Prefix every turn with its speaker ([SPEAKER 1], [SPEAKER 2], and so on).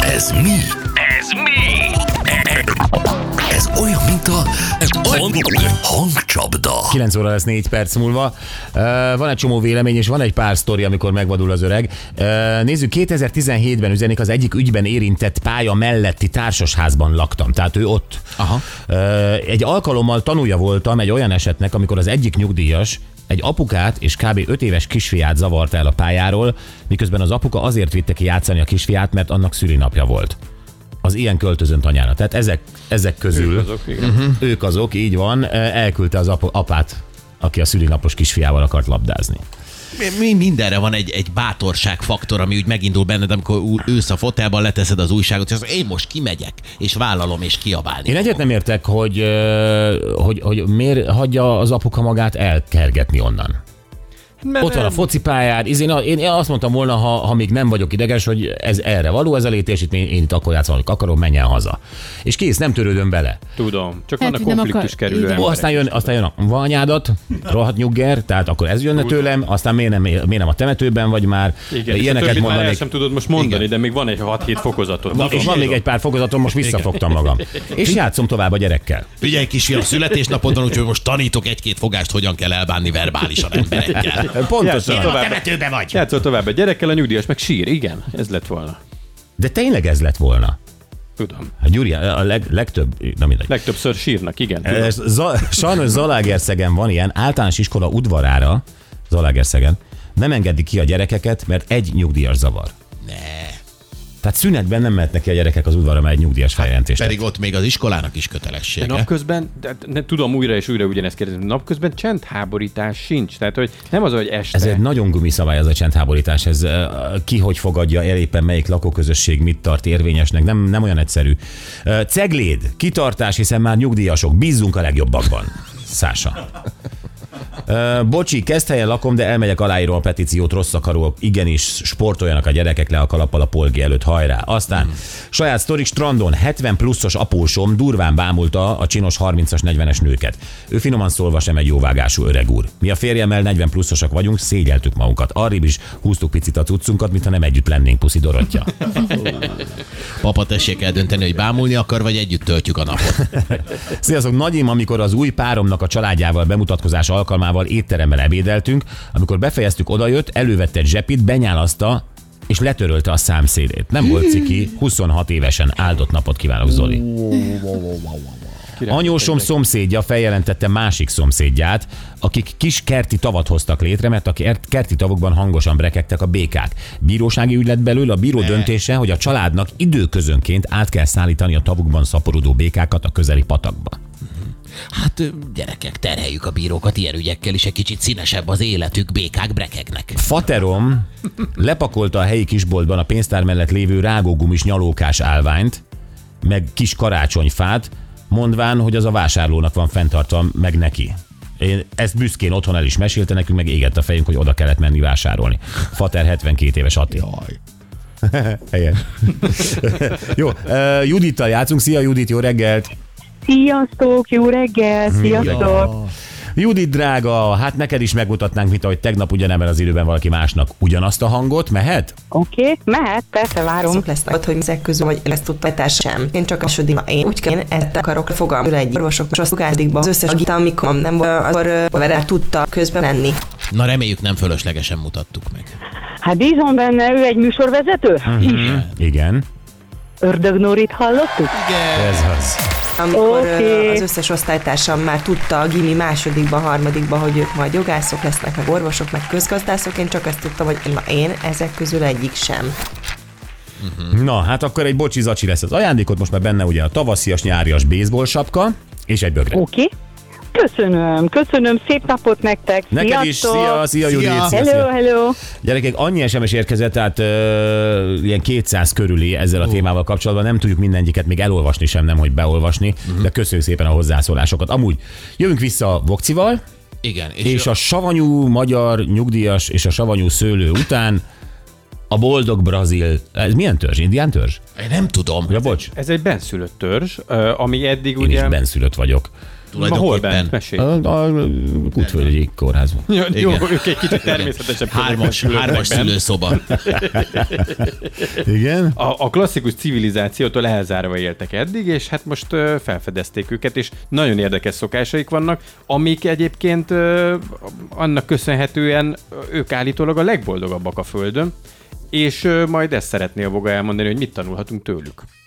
[SPEAKER 1] Ez mi?
[SPEAKER 2] Ez mi?
[SPEAKER 1] Ez olyan, mint a hangcsapda.
[SPEAKER 3] 9 óra lesz 4 perc múlva. Ö, Van egy csomó vélemény, és van egy pár sztori, amikor megvadul az öreg. Ö, Nézzük, 2017-ben üzenik, az egyik ügyben érintett pálya melletti társasházban laktam, tehát ő ott.
[SPEAKER 4] Aha.
[SPEAKER 3] Ö, Egy alkalommal tanulja voltam egy olyan esetnek, amikor az egyik nyugdíjas egy apukát és kb. 5 éves kisfiát zavart el a pályáról, miközben az apuka azért vitte ki játszani a kisfiát, mert annak szülinapja volt. Az ilyen költözött anyára. Tehát ezek, ezek közül ők azok, így van, elküldte az apu, apát, aki a szülinapos kisfiával akart labdázni.
[SPEAKER 4] Mi- Mi mindenre van egy, egy bátorságfaktor, ami úgy megindul benned, amikor ú- ülsz a fotelban, leteszed az újságot, és azt mondod, én most kimegyek, és vállalom, és kiabálni.
[SPEAKER 3] Én egyet nem értek, hogy, ö, hogy, hogy miért hagyja az apuka magát elkergetni onnan.
[SPEAKER 5] Mert
[SPEAKER 3] Ott van a focipályán, íz- én, én én azt mondtam volna, ha, ha még nem vagyok ideges, hogy ez erre való ez a létesítmény, én itt akkor játszom, hogy akarom, menjen haza. És kész, nem törődöm vele.
[SPEAKER 5] Tudom, csak vannak
[SPEAKER 6] Lehet, Hát, hogy nem akar-
[SPEAKER 5] konfliktus kerülő
[SPEAKER 6] igen.
[SPEAKER 3] Ó,
[SPEAKER 5] emberek.
[SPEAKER 3] aztán jön, aztán jön a vanyádat, rohadt nyugger, tehát akkor ez jönne tőlem, aztán miért nem, miért nem a temetőben vagy már,
[SPEAKER 5] Igen, és a
[SPEAKER 3] ilyeneket
[SPEAKER 5] többit már el
[SPEAKER 3] mondanék.
[SPEAKER 5] sem tudod most mondani, igen. de még van egy 6-7 fokozatot.
[SPEAKER 3] Van, és van még egy pár fokozatom, most visszafogtam magam. És játszom tovább a gyerekkel.
[SPEAKER 4] Figyelj, kisfiam, születésnapod van, úgyhogy most tanítok egy-két fogást, hogyan kell elbánni verbálisan emberekkel.
[SPEAKER 5] Játszol
[SPEAKER 3] Pontosan.
[SPEAKER 5] tovább,
[SPEAKER 4] Temetőbe vagy!
[SPEAKER 5] játszol tovább a gyerekkel, a nyugdíjas meg sír. Igen, ez lett volna.
[SPEAKER 3] De tényleg ez lett volna.
[SPEAKER 5] Tudom.
[SPEAKER 3] Hát Gyuri, a leg, legtöbb, na mindegy.
[SPEAKER 5] Legtöbbször sírnak, igen.
[SPEAKER 3] Ez Za- Sajnos Zalaegerszegen van ilyen, általános iskola udvarára, Zalaegerszegen, nem engedik ki a gyerekeket, mert egy nyugdíjas zavar.
[SPEAKER 4] Ne,
[SPEAKER 3] Tehát szünetben nem mehetnek ki a gyerekek az udvarra, mert egy nyugdíjas feljelentést.
[SPEAKER 4] pedig ott még az iskolának is
[SPEAKER 5] De
[SPEAKER 4] kötelessége.
[SPEAKER 5] Napközben, de, de, tudom újra és újra ugyanezt kérdezni, napközben csendháborítás sincs. Tehát, hogy nem az, hogy este.
[SPEAKER 3] Ez egy nagyon gumiszabály ez a csendháborítás, ez ö, ki hogy fogadja el éppen melyik lakóközösség mit tart érvényesnek, nem, nem olyan egyszerű. Ö, Cegléd, kitartás, hiszen már nyugdíjasok, bízzunk a legjobbakban. Szása. Ö, Bocsi, kezd helyen lakom, de elmegyek aláírom a petíciót, rossz akarok, igenis sportoljanak a gyerekek le a kalappal a polgi előtt, hajrá. Aztán saját sztorik strandon 70 pluszos apósom durván bámulta a csinos 30-as, 40-es nőket. Ő finoman szólva sem egy jóvágású öreg úr. Mi a férjemmel 40 pluszosak vagyunk, szégyeltük magunkat. Arrébb is húztuk picit a cuccunkat, mintha nem együtt lennénk, puszi Dorottya.
[SPEAKER 4] Papa, tessék eldönteni, hogy bámulni akar, vagy együtt töltjük a napot.
[SPEAKER 3] Sziasztok, nagyim, amikor az új páromnak a családjával bemutatkozás alkalmával étteremben ebédeltünk, amikor befejeztük, odajött, elővett egy zsepit, benyálazta, és letörölte a számszélét. Nem volt ciki, 26 évesen áldott napot kívánok, Zoli. Anyósom szomszédja feljelentette másik szomszédját, akik kis kerti tavat hoztak létre, mert a kert- kerti tavokban hangosan brekegtek a békák. Bírósági ügy lett belőle, a bíró döntése, hogy a családnak időközönként át kell szállítani a tavukban szaporodó békákat a közeli patakba.
[SPEAKER 4] Hát ö, gyerekek, terheljük a bírókat ilyen ügyekkel is, egy kicsit színesebb az életük, békák brekegnek.
[SPEAKER 3] Faterom lepakolta a helyi kisboltban a pénztár mellett lévő rágógumis nyalókás állványt, meg kis karácsonyfát, mondván, hogy az a vásárlónak van fenntartva, meg neki. Én ezt büszkén otthon el is mesélte nekünk, meg égett a fejünk, hogy oda kellett menni vásárolni. Fater 72 éves Attila.
[SPEAKER 4] Jaj.
[SPEAKER 3] Helyen. jó, uh, Judittal játszunk. Szia Judit, jó reggelt!
[SPEAKER 7] Sziasztok, jó reggel, sziasztok!
[SPEAKER 3] Judit drága, hát neked is megmutatnánk, mint ahogy tegnap ugyanebben az időben valaki másnak ugyanazt a hangot, mehet?
[SPEAKER 7] Oké, okay. mehet, persze várom.
[SPEAKER 8] Azok lesznek ott, hogy ezek közül, hogy ezt tudta te sem. Én csak a második, én úgy kell, én ezt akarok fogam. Ő egy orvosok, és azok áldikba az összes agita, amikor nem volt, akkor ö, a vele tudta közben menni.
[SPEAKER 4] Na reméljük nem fölöslegesen mutattuk meg.
[SPEAKER 7] Hát bízom benne, ő egy műsorvezető? Is.
[SPEAKER 3] Igen,
[SPEAKER 7] Ördögnórit hallottuk?
[SPEAKER 3] ez az.
[SPEAKER 8] Amikor ö,
[SPEAKER 7] Oké.
[SPEAKER 8] az összes osztálytársam már tudta a gimi másodikban, harmadikban, hogy ők majd jogászok lesznek, meg orvosok, meg közgazdászok, én csak ezt tudtam, hogy na én ezek közül egyik sem.
[SPEAKER 3] Na, hát akkor egy bocsi zacsi lesz az ajándékot, most már benne ugye a tavaszias, nyárias baseball sapka, és egy bögre.
[SPEAKER 7] Oké. Okay. Köszönöm, köszönöm, szép napot nektek!
[SPEAKER 3] Neked is, szia, szia, Judit, szia, szia.
[SPEAKER 7] Hello, hello!
[SPEAKER 3] Gyerekek, annyi SMS érkezett, tehát ö, ilyen 200 körüli ezzel a témával kapcsolatban, nem tudjuk mindegyiket még elolvasni sem, nem hogy beolvasni, de köszönjük szépen a hozzászólásokat. Amúgy, jövünk vissza a Vokcival,
[SPEAKER 4] Igen, és,
[SPEAKER 3] és a savanyú magyar nyugdíjas és a savanyú szőlő után a boldog brazil, ez milyen törzs? Indián törzs?
[SPEAKER 4] Én nem tudom.
[SPEAKER 3] Ja, bocs,
[SPEAKER 5] Ez egy benszülött törzs, ö, ami eddig
[SPEAKER 3] én is
[SPEAKER 5] ugye...
[SPEAKER 3] benszülött vagyok.
[SPEAKER 5] Hol
[SPEAKER 4] tulajdonképpen.
[SPEAKER 5] bent? Mesélj.
[SPEAKER 3] A, a Kutföldi kórházban.
[SPEAKER 5] Jó, jó,
[SPEAKER 4] Igen.
[SPEAKER 5] ők egy kicsit természetesebb
[SPEAKER 4] Hármas,
[SPEAKER 5] körülmények
[SPEAKER 4] hármas
[SPEAKER 5] között bent.
[SPEAKER 4] szülőszoba.
[SPEAKER 3] Igen?
[SPEAKER 5] a, a klasszikus civilizációtól elzárva éltek eddig, és hát most ö, felfedezték őket, és nagyon érdekes szokásaik vannak, amik egyébként ö, annak köszönhetően ö, ők állítólag a legboldogabbak a Földön, és ö, majd ezt szeretné a Voga elmondani, hogy mit tanulhatunk tőlük.